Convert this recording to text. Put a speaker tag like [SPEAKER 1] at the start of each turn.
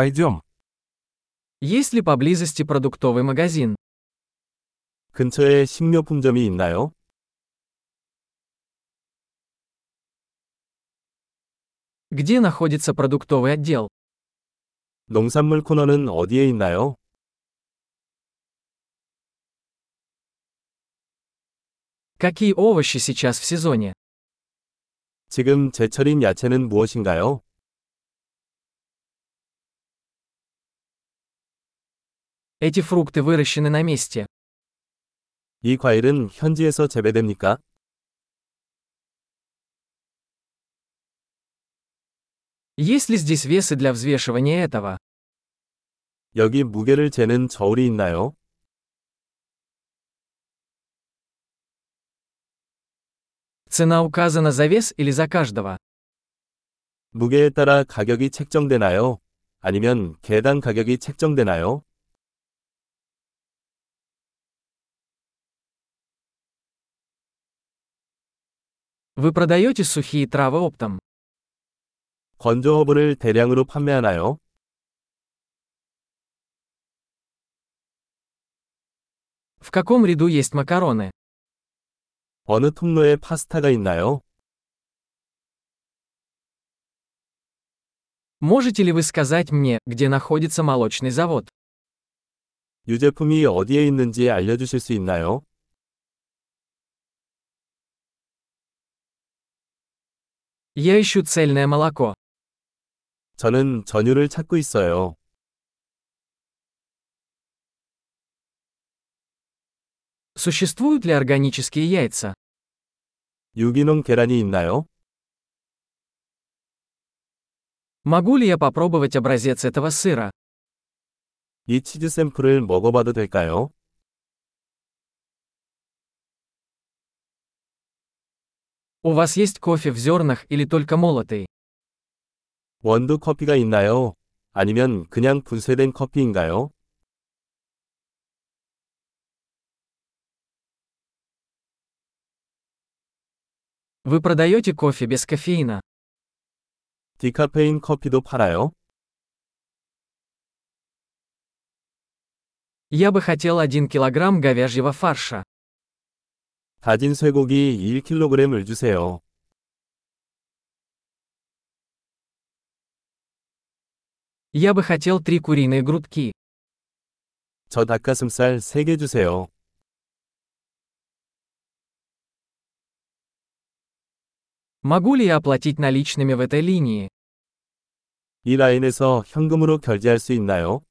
[SPEAKER 1] Пойдем.
[SPEAKER 2] Есть ли поблизости продуктовый магазин?
[SPEAKER 1] 근처에 식료품점이 있나요?
[SPEAKER 2] Где находится продуктовый отдел?
[SPEAKER 1] 농산물 코너는 어디에 있나요?
[SPEAKER 2] Какие овощи сейчас в сезоне?
[SPEAKER 1] 지금 제철인 야채는 무엇인가요?
[SPEAKER 2] Эти фрукты выращены на месте.
[SPEAKER 1] 이 과일은 현지에서 재배됩니까?
[SPEAKER 2] Есть ли здесь весы для взвешивания этого?
[SPEAKER 1] 여기 무게를 재는 저울이 있나요?
[SPEAKER 2] Цена указана за вес или за каждого?
[SPEAKER 1] 무게에 따라 가격이 책정되나요? 아니면 개당 가격이 책정되나요?
[SPEAKER 2] Вы продаете сухие травы оптом?
[SPEAKER 1] 건조 허브를 대량으로 판매하나요?
[SPEAKER 2] В каком ряду есть макароны?
[SPEAKER 1] 어느 통로에 파스타가 있나요?
[SPEAKER 2] Можете ли вы сказать мне, где находится молочный завод?
[SPEAKER 1] 유제품이 어디에 있는지 알려주실 수 있나요?
[SPEAKER 2] Я ищу цельное молоко.
[SPEAKER 1] 저는 전유를 찾고 있어요.
[SPEAKER 2] Существуют ли органические яйца?
[SPEAKER 1] 유기농 계란이 있나요?
[SPEAKER 2] Могу ли я попробовать образец этого сыра?
[SPEAKER 1] 이 치즈 샘플을 먹어봐도 될까요?
[SPEAKER 2] У вас есть кофе в зернах или только молотый?
[SPEAKER 1] 원두 커피가 있나요? 아니면 그냥 분쇄된 커피인가요?
[SPEAKER 2] Вы продаете кофе без кофеина?
[SPEAKER 1] 디카페인 커피도 팔아요?
[SPEAKER 2] Я бы хотел 1 килограмм говяжьего фарша.
[SPEAKER 1] 다진 쇠고기 1kg을 주세요.
[SPEAKER 2] Я бы хотел три куриные грудки.
[SPEAKER 1] 저 닭가슴살 3개 주세요.
[SPEAKER 2] Могу ли я оплатить наличными в этой линии?
[SPEAKER 1] 이 라인에서 현금으로 결제할 수 있나요?